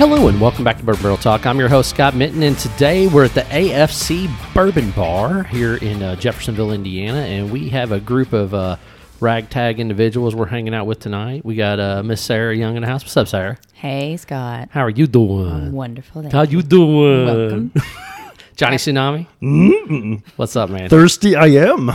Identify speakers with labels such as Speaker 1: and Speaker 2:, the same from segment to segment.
Speaker 1: and welcome back to Bourbon Barrel Talk. I'm your host, Scott Mitten, and today we're at the AFC Bourbon Bar here in uh, Jeffersonville, Indiana, and we have a group of uh, ragtag individuals we're hanging out with tonight. We got uh, Miss Sarah Young in the house. What's up, Sarah?
Speaker 2: Hey, Scott.
Speaker 1: How are you
Speaker 3: Uh,
Speaker 1: doing?
Speaker 2: Wonderful. Day.
Speaker 1: How you doing?
Speaker 2: Welcome.
Speaker 1: Johnny Tsunami? What's up, man?
Speaker 3: Thirsty I am.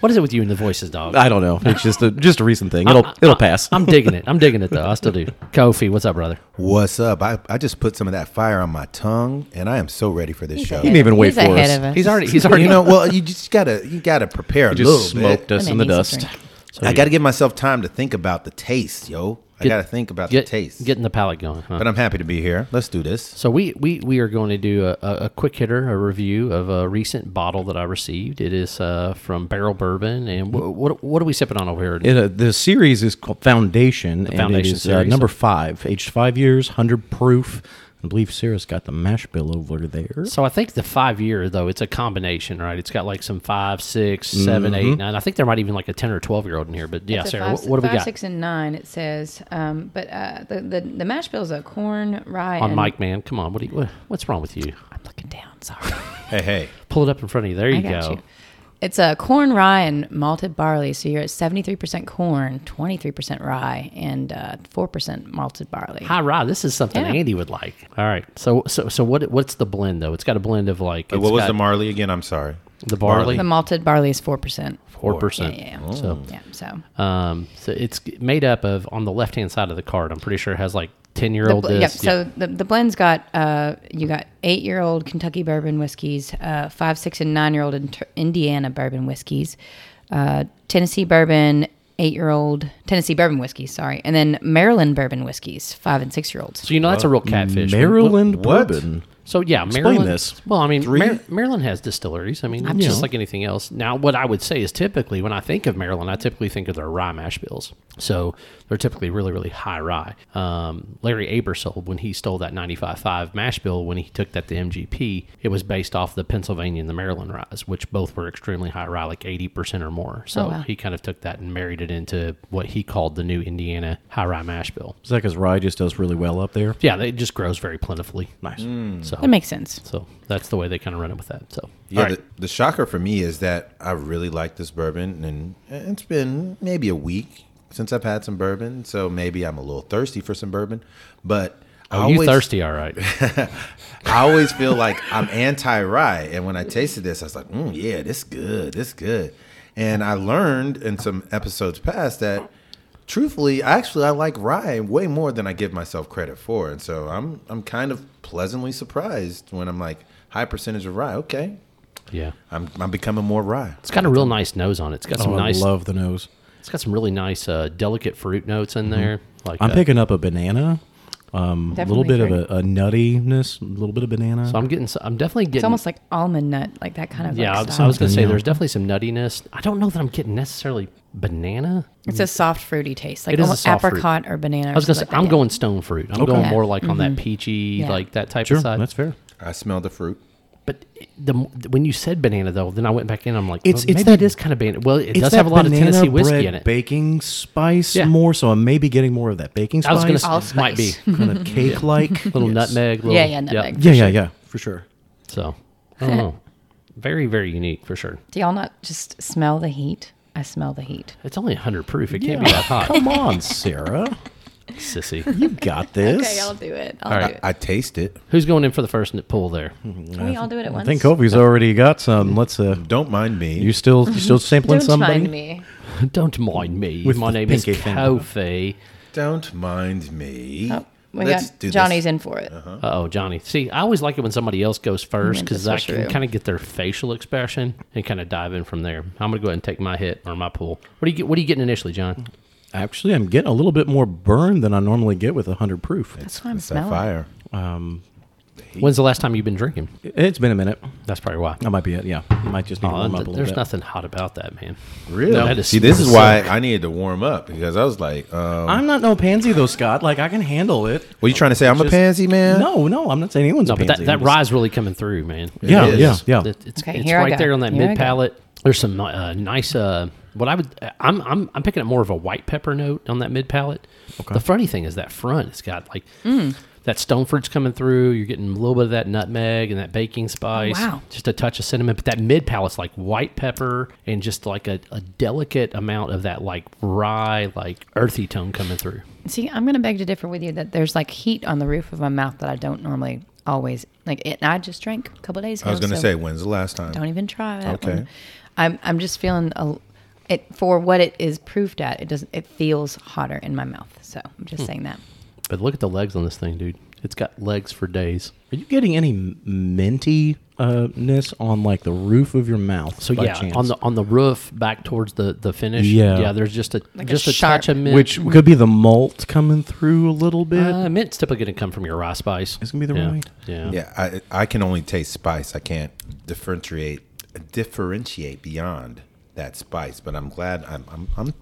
Speaker 1: What is it with you and the voices, dog?
Speaker 3: I don't know. It's just a just a recent thing. It'll it'll pass.
Speaker 1: I'm digging it. I'm digging it, though. I still do. Kofi, what's up, brother?
Speaker 4: What's up? I, I just put some of that fire on my tongue, and I am so ready for this show.
Speaker 3: He didn't even wait
Speaker 2: He's
Speaker 3: for
Speaker 2: ahead
Speaker 3: us.
Speaker 2: Of us.
Speaker 1: He's already, he's already,
Speaker 4: you know, well, you just gotta you gotta prepare a
Speaker 3: Just
Speaker 4: little
Speaker 3: smoked
Speaker 4: bit.
Speaker 3: us
Speaker 2: I'm
Speaker 3: in the
Speaker 2: an easy
Speaker 3: dust.
Speaker 2: drink.
Speaker 4: I gotta give myself time to think about the taste, yo. I gotta think about
Speaker 1: get,
Speaker 4: the taste.
Speaker 1: getting the palate going. Huh?
Speaker 4: but I'm happy to be here. Let's do this.
Speaker 1: So we we, we are going to do a, a, a quick hitter, a review of a recent bottle that I received. It is uh, from Barrel Bourbon, and wh- what what are we sipping on over here?
Speaker 3: It, uh, the series is called Foundation, and it
Speaker 1: Foundation
Speaker 3: is uh,
Speaker 1: series.
Speaker 3: number five, aged five years, hundred proof. I believe Sarah's got the mash bill over there.
Speaker 1: so I think the five year though, it's a combination, right? It's got like some five, six, seven, eight,
Speaker 4: Mm-hmm.
Speaker 1: nine. I think there might even like a ten or twelve year old in here. But yeah,
Speaker 5: It's a
Speaker 1: Sarah,
Speaker 5: five,
Speaker 1: wh- what do we
Speaker 5: five,
Speaker 1: got
Speaker 5: six, and nine. It says, um, but uh, the, the the mash bills are corn, rye,
Speaker 1: on
Speaker 5: and-
Speaker 1: Mike? Man, come on, what, do you, what what's wrong with you?
Speaker 5: I'm looking down. Sorry,
Speaker 4: Hey, hey.
Speaker 1: Pull it up in front of you. There you
Speaker 5: I
Speaker 1: go.
Speaker 5: got you. It's a uh, corn, rye, and malted barley. So you're at seventy three percent corn, twenty three percent rye, and uh, four percent malted barley.
Speaker 1: Hi, Rod. This is something
Speaker 5: Yeah.
Speaker 1: Andy would like. All right. So so so what what's the blend though? It's got a blend of like
Speaker 4: Wait,
Speaker 1: it's
Speaker 4: what was
Speaker 1: got
Speaker 4: the Marley again? I'm sorry.
Speaker 1: the barley
Speaker 5: The malted barley is four percent.
Speaker 1: four percent.
Speaker 5: Yeah,
Speaker 3: Oh.
Speaker 1: So
Speaker 5: yeah. So
Speaker 1: Um, so it's g- made up of on the left hand side of the card. I'm pretty sure it has like ten year
Speaker 5: The
Speaker 1: old
Speaker 5: bl- Yep.
Speaker 1: this.
Speaker 5: So the, the blend's got uh, you got eight year old Kentucky bourbon whiskeys, uh, five, six, and nine year old inter- Indiana bourbon whiskeys, uh, Tennessee bourbon, eight year old Tennessee bourbon whiskeys, sorry, and then Maryland bourbon whiskeys, five and six year olds.
Speaker 1: So you know that's a real catfish.
Speaker 3: Maryland
Speaker 4: What?
Speaker 3: bourbon.
Speaker 1: So yeah,
Speaker 3: Explain
Speaker 1: Maryland.
Speaker 3: this.
Speaker 1: Well, I mean, Mar- Maryland has distilleries. I mean, just like anything else. Now, what I would say is typically when I think of Maryland, I typically think of their rye mash bills. So they're typically really, really high rye. Um, Larry Abersold, when he stole that 95.5 mash bill, when he took that to MGP, it was based off the Pennsylvania and the Maryland rye, which both were extremely high rye, like 80% or more. So
Speaker 5: Oh, wow.
Speaker 1: he kind of took that and married it into what he called the new Indiana high rye mash bill.
Speaker 3: Is that because rye just does really well up there?
Speaker 1: Yeah, it just grows very plentifully.
Speaker 3: Nice.
Speaker 1: So
Speaker 5: That makes sense.
Speaker 1: so that's the way they kind of run it with that. So
Speaker 4: Yeah,
Speaker 1: All right.
Speaker 4: the, the shocker for me is that I really like this bourbon, and it's been maybe a week since I've had some bourbon, so maybe I'm a little thirsty for some bourbon. But I
Speaker 1: Oh, you
Speaker 4: always-
Speaker 1: thirsty? All right.
Speaker 4: I always feel like I'm anti rye, and when I tasted this, I was like, mm, "Yeah, this good, this good." And I learned in some episodes past that, truthfully, actually, I like rye way more than I give myself credit for, and so I'm I'm kind of pleasantly surprised when I'm like high percentage of rye. Okay,
Speaker 1: Yeah,
Speaker 4: I'm I'm becoming more rye.
Speaker 1: it's got a real nice nose on it. It's got some
Speaker 3: Oh,
Speaker 1: nice.
Speaker 3: I love the nose.
Speaker 1: it's got some really nice uh, delicate fruit notes in there. Like
Speaker 3: Mm-hmm. I'm
Speaker 1: uh,
Speaker 3: picking up a banana, um, a little
Speaker 5: Definitely
Speaker 3: bit of
Speaker 5: fruit.
Speaker 3: a, a nuttiness, a little bit of banana.
Speaker 1: So I'm getting. s- I'm definitely getting.
Speaker 5: It's almost like almond nut, like that kind of
Speaker 1: yeah, I
Speaker 5: like
Speaker 1: was, I
Speaker 5: style.
Speaker 1: was gonna say
Speaker 3: Yeah.
Speaker 1: there's definitely some nuttiness. I don't know that I'm getting necessarily banana.
Speaker 5: it's a soft fruity taste, like
Speaker 1: It is a
Speaker 5: almost
Speaker 1: soft fruit.
Speaker 5: apricot or banana.
Speaker 1: I was gonna say I'm going stone fruit. I'm going
Speaker 5: Yeah. Mm-hmm.
Speaker 1: more like on that peachy,
Speaker 5: Yeah.
Speaker 1: like that type
Speaker 3: sure,
Speaker 1: of side.
Speaker 3: that's fair.
Speaker 4: I smell the fruit.
Speaker 1: But the when you said banana though, then I went back in. I'm like,
Speaker 3: It's-
Speaker 1: well,
Speaker 3: it's
Speaker 1: maybe it
Speaker 3: that-
Speaker 1: is kind of banana. Well, it
Speaker 3: It's
Speaker 1: does
Speaker 3: that
Speaker 1: have a lot of
Speaker 3: banana
Speaker 1: Tennessee whiskey
Speaker 3: bread
Speaker 1: in it.
Speaker 3: Baking spice
Speaker 1: Yeah.
Speaker 3: more, so I may be getting more of that baking spice.
Speaker 1: I was gonna say
Speaker 5: Allspice.
Speaker 1: might be
Speaker 3: kind of cake like
Speaker 1: little nutmeg. Little,
Speaker 5: Yeah, yeah, nutmeg.
Speaker 3: Yeah, yeah, yeah, for sure.
Speaker 1: So I don't know. Very, very unique for sure.
Speaker 5: Do y'all not just smell the heat? I smell the heat.
Speaker 1: It's only 100 proof. It can't be that hot,
Speaker 3: Come on, Sarah,
Speaker 1: sissy.
Speaker 3: got this.
Speaker 5: Okay, I'll do it. I'll
Speaker 1: All
Speaker 5: do
Speaker 1: right.
Speaker 5: it.
Speaker 4: I taste it.
Speaker 1: Who's going in for the first nip pull there?
Speaker 3: Hmm.
Speaker 5: Can we all do it at once?
Speaker 3: I think Kofi's already got some. Let's. Uh,
Speaker 4: Don't mind me.
Speaker 3: you still you still sampling
Speaker 5: Don't
Speaker 3: somebody?
Speaker 5: mind me.
Speaker 1: Don't mind me.
Speaker 3: With
Speaker 1: My
Speaker 3: the
Speaker 1: name is
Speaker 3: pinky finger.
Speaker 1: Kofi.
Speaker 4: don't mind me.
Speaker 5: Oh, we
Speaker 4: Let's
Speaker 5: got
Speaker 4: do this. Uh-huh.
Speaker 5: Johnny's in for it.
Speaker 1: Uh oh, Johnny. See, I always like it when somebody else goes first
Speaker 5: Mm,
Speaker 1: because I
Speaker 5: that's for
Speaker 1: can
Speaker 5: sure.
Speaker 1: kind of get their facial expression and kind of dive in from there. I'm going to go ahead and take my hit or my pull. What are you, get- what are you getting initially, John?
Speaker 3: Actually, I'm getting a little bit more burn than I normally get with 100 proof.
Speaker 5: That's why I'm
Speaker 4: It's that
Speaker 5: smelling.
Speaker 4: fire.
Speaker 1: When's the last time you've been drinking?
Speaker 3: It's been a minute.
Speaker 1: That's probably why.
Speaker 3: That might be it. Yeah, might just need to
Speaker 1: Oh,
Speaker 3: warm up a
Speaker 1: th-
Speaker 3: little
Speaker 1: there's
Speaker 3: bit.
Speaker 1: nothing hot about that, man.
Speaker 4: Really?
Speaker 1: No, that is-
Speaker 4: See, this
Speaker 1: that
Speaker 4: is
Speaker 1: is
Speaker 4: why I needed to warm up because I was like, um,
Speaker 3: I'm not no pansy though, Scott. Like I can handle it.
Speaker 4: "What you trying to say? I'm a
Speaker 3: Just-
Speaker 4: pansy man."
Speaker 3: No, no, I'm not saying anyone's
Speaker 1: Uh, No,
Speaker 3: a
Speaker 1: but
Speaker 3: pansy.
Speaker 1: that, that
Speaker 3: I'm just-
Speaker 1: rye's really coming through, man.
Speaker 3: Yeah,
Speaker 4: It
Speaker 3: yeah,
Speaker 4: is.
Speaker 3: yeah.
Speaker 1: It- it's
Speaker 5: Okay,
Speaker 1: it's
Speaker 5: here I
Speaker 1: right
Speaker 5: go.
Speaker 1: there on that
Speaker 5: Here I
Speaker 1: mid
Speaker 5: go.
Speaker 1: palate. There's some uh, nice. Uh, what I would, I'm, I'm, I'm
Speaker 5: Mm.
Speaker 1: picking up more of a white pepper note on that mid palate. The funny thing is that front, it's got like that Stoneford's coming through. You're getting a little bit of that nutmeg and that baking spice.
Speaker 5: Oh, wow.
Speaker 1: Just a touch of cinnamon. But that mid palate's like white pepper and just like a, a delicate amount of that like rye, like earthy tone coming through.
Speaker 5: See, I'm going to beg to differ with you that there's like heat on the roof of my mouth that I don't normally always like. It, I just drank a couple days ago.
Speaker 4: I was going to
Speaker 5: so
Speaker 4: say, when's the last time?
Speaker 5: don't even try that
Speaker 4: Okay.
Speaker 5: one. I'm I'm just feeling a, it for what it is proofed at. It doesn't. It feels hotter in my mouth. So I'm just saying that.
Speaker 1: But look at the legs on this thing, dude. It's got legs for days.
Speaker 3: Are you getting any minty uh, ness on like the roof of your mouth?
Speaker 1: So
Speaker 3: by
Speaker 1: yeah,
Speaker 3: chance?
Speaker 1: on the on the roof back towards the the finish.
Speaker 3: Yeah.
Speaker 1: yeah. There's just a
Speaker 5: Like a
Speaker 1: just a,
Speaker 5: sharp-
Speaker 1: touch of mint.
Speaker 3: which could be the malt coming through a little bit.
Speaker 1: uh, mint's typically going to come from your rye spice.
Speaker 3: It's gonna be the
Speaker 1: yeah.
Speaker 3: rye.
Speaker 1: Yeah.
Speaker 4: Yeah, I I can only taste spice. I can't differentiate differentiate beyond that spice. But I'm glad I'm I'm, I'm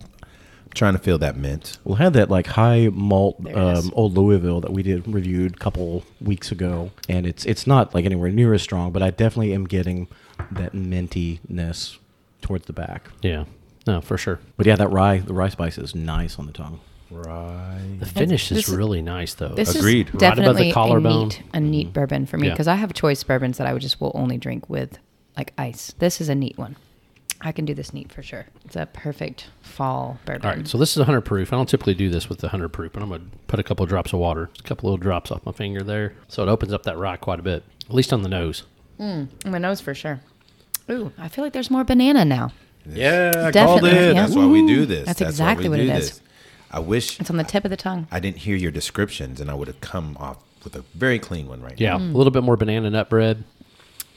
Speaker 4: trying to feel that mint.
Speaker 3: Well, had that like high malt
Speaker 5: There it is.
Speaker 3: um, old Louisville that we did reviewed a couple weeks ago, and it's it's not like anywhere near as strong, but I definitely am getting that mintiness towards the back.
Speaker 1: Yeah. No, for sure.
Speaker 3: But yeah, that rye the rye spice is nice on the tongue.
Speaker 4: Right.
Speaker 1: The finish
Speaker 5: this
Speaker 1: is
Speaker 5: is-
Speaker 1: really nice though.
Speaker 5: This
Speaker 4: Agreed.
Speaker 5: is
Speaker 4: Right
Speaker 1: above the
Speaker 5: definitely a
Speaker 1: collarbone.
Speaker 5: neat, a neat bourbon for me
Speaker 1: Yeah.
Speaker 5: because I have choice bourbons that I would just will only drink with like ice. This is a neat one. I can do this neat for sure. It's a perfect fall bourbon.
Speaker 1: All right, so this is 100 proof. I don't typically do this with the 100 proof, but I'm going to put a couple drops of water, a couple little drops off my finger there. So it opens up that rye quite a bit, at least on the nose.
Speaker 5: My nose for sure. Ooh, I feel like there's more banana now.
Speaker 4: Yeah, I
Speaker 5: Definitely, yeah.
Speaker 4: That's why we do this.
Speaker 5: That's
Speaker 4: why we
Speaker 5: exactly what it
Speaker 4: do
Speaker 5: is.
Speaker 4: this. I wish
Speaker 5: It's on the tip of the tongue.
Speaker 4: I didn't hear your descriptions, and I would have come off with a very clean one right
Speaker 1: Yeah, a little bit more banana nut bread,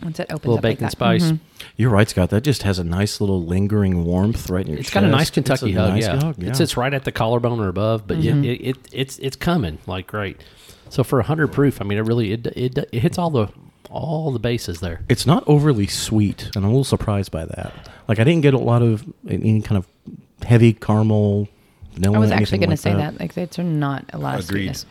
Speaker 5: Once it opens
Speaker 1: a little
Speaker 5: up like
Speaker 1: bacon
Speaker 5: Mm. that. Mm-hmm.
Speaker 1: spice.
Speaker 3: You're right, Scott. That just has a nice little lingering warmth right in your
Speaker 1: It's
Speaker 3: chest.
Speaker 1: got a nice
Speaker 3: It's a
Speaker 1: Kentucky hug.
Speaker 3: nice
Speaker 1: yeah.
Speaker 3: hug,
Speaker 1: It sits right at the collarbone or above, but yeah, it, it, it's it's coming like great. So for 100 proof, I mean, it really it, it, it hits all the all the bases there.
Speaker 3: It's not overly sweet, and I'm a little surprised by that. Like I didn't get a lot of any kind of heavy caramel vanilla.
Speaker 5: I was actually going
Speaker 3: going
Speaker 5: to say that. Like, it's not a lot
Speaker 4: now.
Speaker 5: of
Speaker 4: Agreed.
Speaker 5: sweetness.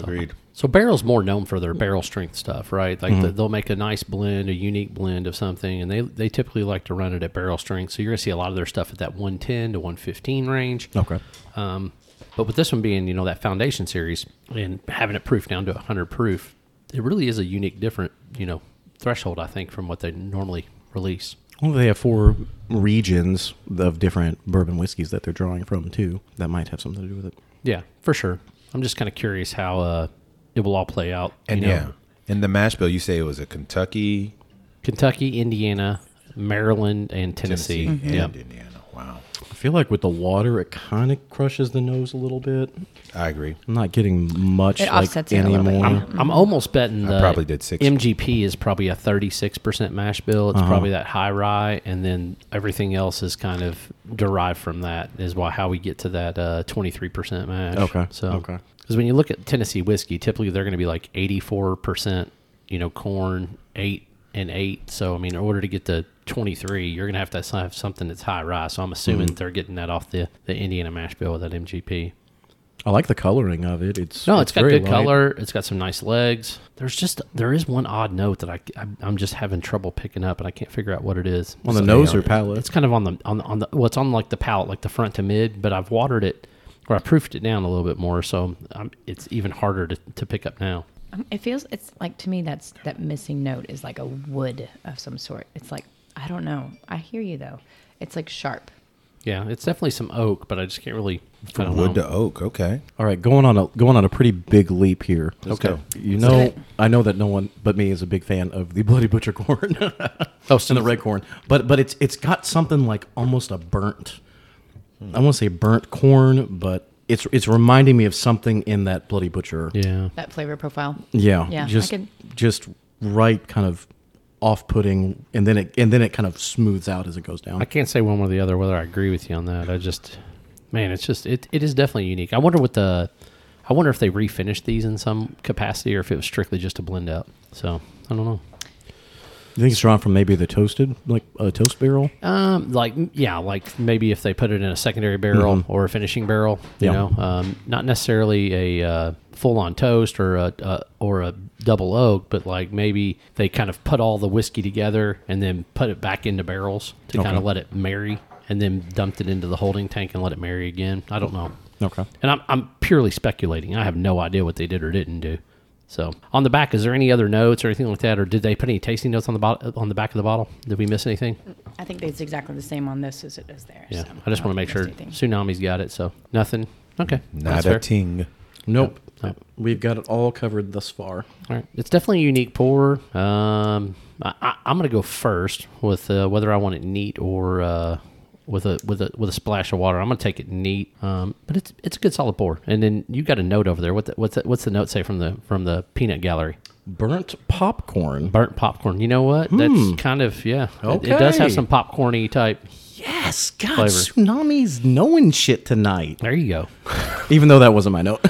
Speaker 4: Agreed.
Speaker 1: So barrel's more known for their barrel strength stuff, right? Like
Speaker 3: Mm-hmm.
Speaker 1: the, they'll make a nice blend, a unique blend of something, and they they typically like to run it at barrel strength. So you're gonna see a lot of their stuff at that 110 to 115 range.
Speaker 3: Okay.
Speaker 1: Um, but with this one being, you know, that foundation series and having it proof down to 100 proof, it really is a unique, different, you know, threshold I think from what they normally release.
Speaker 3: Well, they have four regions of different bourbon whiskeys that they're drawing from too. That might have something to do with it.
Speaker 1: Yeah, for sure. I'm just kind of curious how uh, it will all play out. you
Speaker 4: And
Speaker 1: know.
Speaker 4: yeah, in the mash bill, you say it was a Kentucky,
Speaker 1: Kentucky, Indiana, Maryland, and Tennessee.
Speaker 4: Tennessee, and
Speaker 1: Yeah.
Speaker 4: Indiana. Wow,
Speaker 3: I feel like with the water, it kind of crushes the nose a little bit.
Speaker 4: I agree.
Speaker 3: I'm not getting much
Speaker 5: It
Speaker 3: like
Speaker 5: offsets it a little bit,
Speaker 3: anymore.
Speaker 5: yeah.
Speaker 1: I'm almost betting
Speaker 4: I
Speaker 1: the
Speaker 4: probably did six. Uh-huh.
Speaker 1: MGP is probably a 36% mash bill. It's probably that high rye, and then everything else is kind of derived from that. Is why how we get to that uh, 23% mash.
Speaker 3: Okay,
Speaker 1: So
Speaker 3: okay.
Speaker 1: because when you look at Tennessee whiskey, typically they're going to be like 84%, you know, corn eight and eight. So I mean, in order to get to 23, you're going to have to have something that's high rye. So I'm
Speaker 4: Mm-hmm.
Speaker 1: assuming they're getting that off the the Indiana mash bill with that MGP.
Speaker 3: I like the coloring of it. It's
Speaker 1: No, it's got
Speaker 3: very
Speaker 1: good
Speaker 3: light.
Speaker 1: color. It's got some nice legs. There's just there is one odd note that I I'm- I'm just having trouble picking up, and I can't figure out what it is.
Speaker 3: on the
Speaker 1: So-
Speaker 3: nose or palate.
Speaker 1: It's kind of on the on the, on the well, it's on like the palate, like the front to mid. But I've watered it or I proofed it down a little bit more, so I'm, it's even harder to, to pick up now.
Speaker 5: Um, It feels, it's like to me, that's that missing note is like a wood of some sort. It's like, I don't know. I hear you though. It's like sharp.
Speaker 1: Yeah, it's definitely some oak, but I just can't really. I
Speaker 4: From
Speaker 1: don't
Speaker 4: wood
Speaker 1: know.
Speaker 4: to oak. Okay.
Speaker 3: All right, going on a going on a pretty big leap here.
Speaker 4: Okay. go.
Speaker 3: You know, I know that no one but me is a big fan of the bloody butcher corn
Speaker 1: Oh, so
Speaker 3: and the red corn, but but it's it's got something like almost a burnt. I won't say burnt corn, but it's it's reminding me of something in that bloody butcher.
Speaker 1: Yeah,
Speaker 5: That flavor profile.
Speaker 3: Yeah,
Speaker 5: Yeah, I
Speaker 3: just
Speaker 5: can-
Speaker 3: just right kind of off-putting, and then it and then it kind of smooths out as it goes down.
Speaker 1: I can't say one way or the other whether I agree with you on that. I just, man, it's just it, it is definitely unique. I wonder what the, I wonder if they refinished these in some capacity or if it was strictly just a blend out. So I don't know.
Speaker 3: you think it's drawn from maybe the toasted, like a toast barrel?
Speaker 1: Um, like yeah, like maybe if they put it in a secondary barrel or a finishing barrel, you
Speaker 3: Mm-hmm. Yeah.
Speaker 1: know, um, not necessarily a uh, full-on toast or a uh, or a double oak, but like maybe they kind of put all the whiskey together and then put it back into barrels to kind of
Speaker 3: Okay.
Speaker 1: let it marry, and then dumped it into the holding tank and let it marry again. I don't know,
Speaker 3: Okay.
Speaker 1: and I'm I'm purely speculating. I have no idea what they did or didn't do, So on the back, is there any other notes or anything like that, or did they put any tasting notes on the bottle on the back of the bottle? Did we miss anything?
Speaker 5: I think it's exactly the same on this as it is there.
Speaker 1: Yeah,
Speaker 5: so
Speaker 1: I just want to
Speaker 5: don't
Speaker 1: make
Speaker 5: think
Speaker 1: sure
Speaker 5: there's anything.
Speaker 1: tsunami's got it. So nothing. Okay,
Speaker 4: Not
Speaker 1: that's
Speaker 4: a
Speaker 1: fair.
Speaker 4: ting.
Speaker 3: Nope.
Speaker 1: Nope.
Speaker 3: We've got it all covered thus far.
Speaker 1: All right. It's definitely a unique pour. Um, I, I, I'm going to go first with uh, whether I want it neat or uh, with a with a with a splash of water. I'm going to take it neat, um, but it's it's a good solid pour. And then you got a note over there. What the, what's the, what's the note say from the from the peanut gallery?
Speaker 3: Burnt popcorn.
Speaker 1: Burnt popcorn. You know what?
Speaker 4: Hmm.
Speaker 1: That's kind of yeah. It- It, does have
Speaker 3: Okay.
Speaker 1: some popcorny type.
Speaker 3: Yes, God,
Speaker 1: Flavor.
Speaker 3: tsunami's knowing shit tonight.
Speaker 1: There you go.
Speaker 3: Even though that wasn't my note.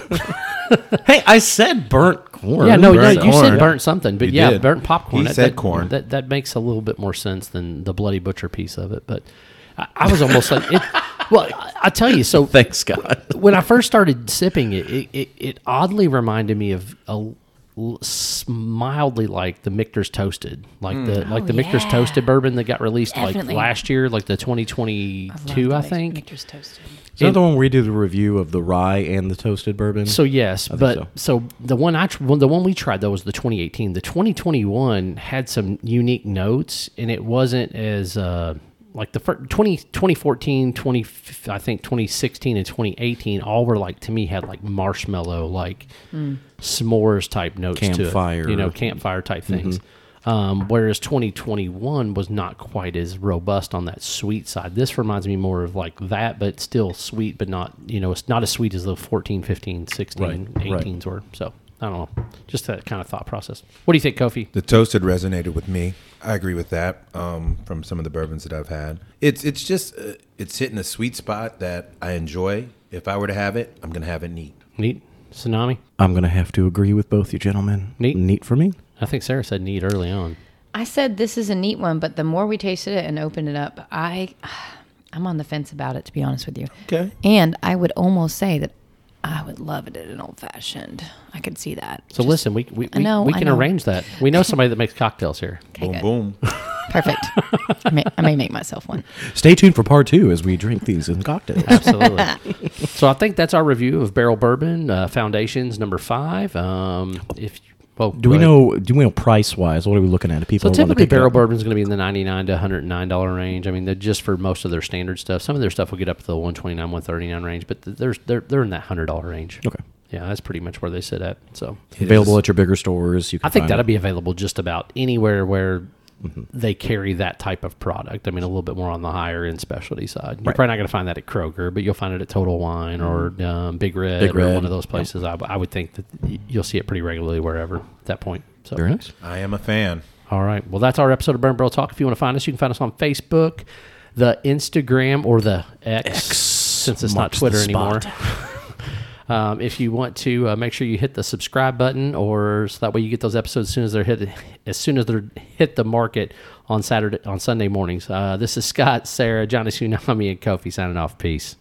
Speaker 3: hey, I said burnt corn.
Speaker 1: Yeah, no, no,
Speaker 3: Burnt
Speaker 1: you said
Speaker 3: corn.
Speaker 1: burnt something, but
Speaker 4: You
Speaker 1: yeah,
Speaker 4: did.
Speaker 1: burnt popcorn.
Speaker 4: He
Speaker 1: that,
Speaker 4: said
Speaker 1: that-
Speaker 4: corn.
Speaker 1: That that makes a little bit more sense than the bloody butcher piece of it. But I, I was almost like, it, well, I, I tell you, so
Speaker 3: Thanks, God.
Speaker 1: when I first started sipping it, it, it, it oddly reminded me of a l- s- mildly like the Michter's Toasted, like the like the Michter's
Speaker 5: Mm. Oh, yeah.
Speaker 1: Toasted bourbon that got released
Speaker 5: Definitely.
Speaker 1: like last year, like the 2022, I
Speaker 5: Love the
Speaker 1: think.
Speaker 5: Victor's toasted.
Speaker 3: Is that the one where we did the review of the rye and the toasted bourbon?
Speaker 1: So yes, but
Speaker 3: Mm-hmm. so.
Speaker 1: so. the one I tr- well, the one we tried though was the 2018. The 2021 had some unique notes, and it wasn't as uh, like the fir- 20, 2014, 20 I think 2016 and 2018 all were like to me had like marshmallow like s'mores type notes to
Speaker 3: Mm. Campfire.
Speaker 1: it, you know, campfire type
Speaker 3: Mm-hmm.
Speaker 1: things. Um, whereas 2021 was not quite as robust on that sweet side. This reminds me more of like that, but still sweet, but not, you know, it's not as sweet as the 14, 15, 16,
Speaker 3: Right, right.
Speaker 1: 18s were. So I don't know. Just that kind of thought process. What do you think, Kofi?
Speaker 4: The toasted resonated with me. I agree with that um, from some of the bourbons that I've had. It's it's just uh, it's hitting a sweet spot that I enjoy. If I were to have it, I'm gonna have it neat.
Speaker 1: Neat. Tsunami?
Speaker 3: I'm going to have to agree with both you gentlemen.
Speaker 1: Neat.
Speaker 3: Neat for me.
Speaker 1: I think Sarah said neat early on.
Speaker 5: I said this is a neat one, but the more we tasted it and opened it up, I I'm on the fence about it to be honest with you.
Speaker 4: Okay.
Speaker 5: And I would almost say that I would love it in an old fashioned. I could see that.
Speaker 1: So listen, we, we,
Speaker 5: I
Speaker 1: we,
Speaker 5: know,
Speaker 1: we
Speaker 5: I
Speaker 1: can
Speaker 5: know.
Speaker 1: arrange that. We know somebody that makes cocktails here.
Speaker 5: Okay,
Speaker 4: boom
Speaker 5: good.
Speaker 4: boom.
Speaker 5: Perfect. I, may, I may make myself one.
Speaker 3: Stay tuned for part two as we drink these in cocktails.
Speaker 1: Absolutely. so I think that's our review of Barrel Bourbon uh, Foundations number five. Um, if well,
Speaker 3: Do we know? Do we know price wise? What are we looking at? If
Speaker 1: So
Speaker 3: People want to
Speaker 1: typically,
Speaker 3: pick
Speaker 1: barrel
Speaker 3: up-
Speaker 1: bourbon is going to be in the ninety nine to one hundred nine dollar range. I mean, they're just for most of their standard stuff. Some of their stuff will get up to the one twenty nine, one thirty nine range, but th- they're they're they're in that hundred dollar range.
Speaker 3: Okay.
Speaker 1: Yeah, that's pretty much where they sit at. So
Speaker 3: available at your bigger stores. You can
Speaker 1: I think
Speaker 3: find
Speaker 1: that'll
Speaker 3: it. Mm-hmm.
Speaker 1: be available just about anywhere where they carry that type of product. I mean, a little bit more on the higher end specialty side. You're probably not going to find that at Kroger, but you'll find it at Total Wine or um, Big Red
Speaker 3: Mm-hmm. Big
Speaker 1: or
Speaker 3: Red,
Speaker 1: one of those places. I, I would think that y- you'll see it pretty regularly wherever at that point. So.
Speaker 3: very nice.
Speaker 4: I am a fan.
Speaker 1: All right. Well, that's our episode of Burn Barrel Talk. If you want to find us, you can find us on Facebook, the Instagram, or the X, since it's not
Speaker 3: marks the
Speaker 1: Twitter anymore.
Speaker 3: spot.
Speaker 1: um, if you want to, uh, make sure you hit the subscribe button, or so that way you get those episodes as soon as they're hit, as soon as they're hit the market on Saturday on Sunday mornings. Uh, this is Scott, Sarah, Johnny Tsunami, and Kofi signing off. Peace.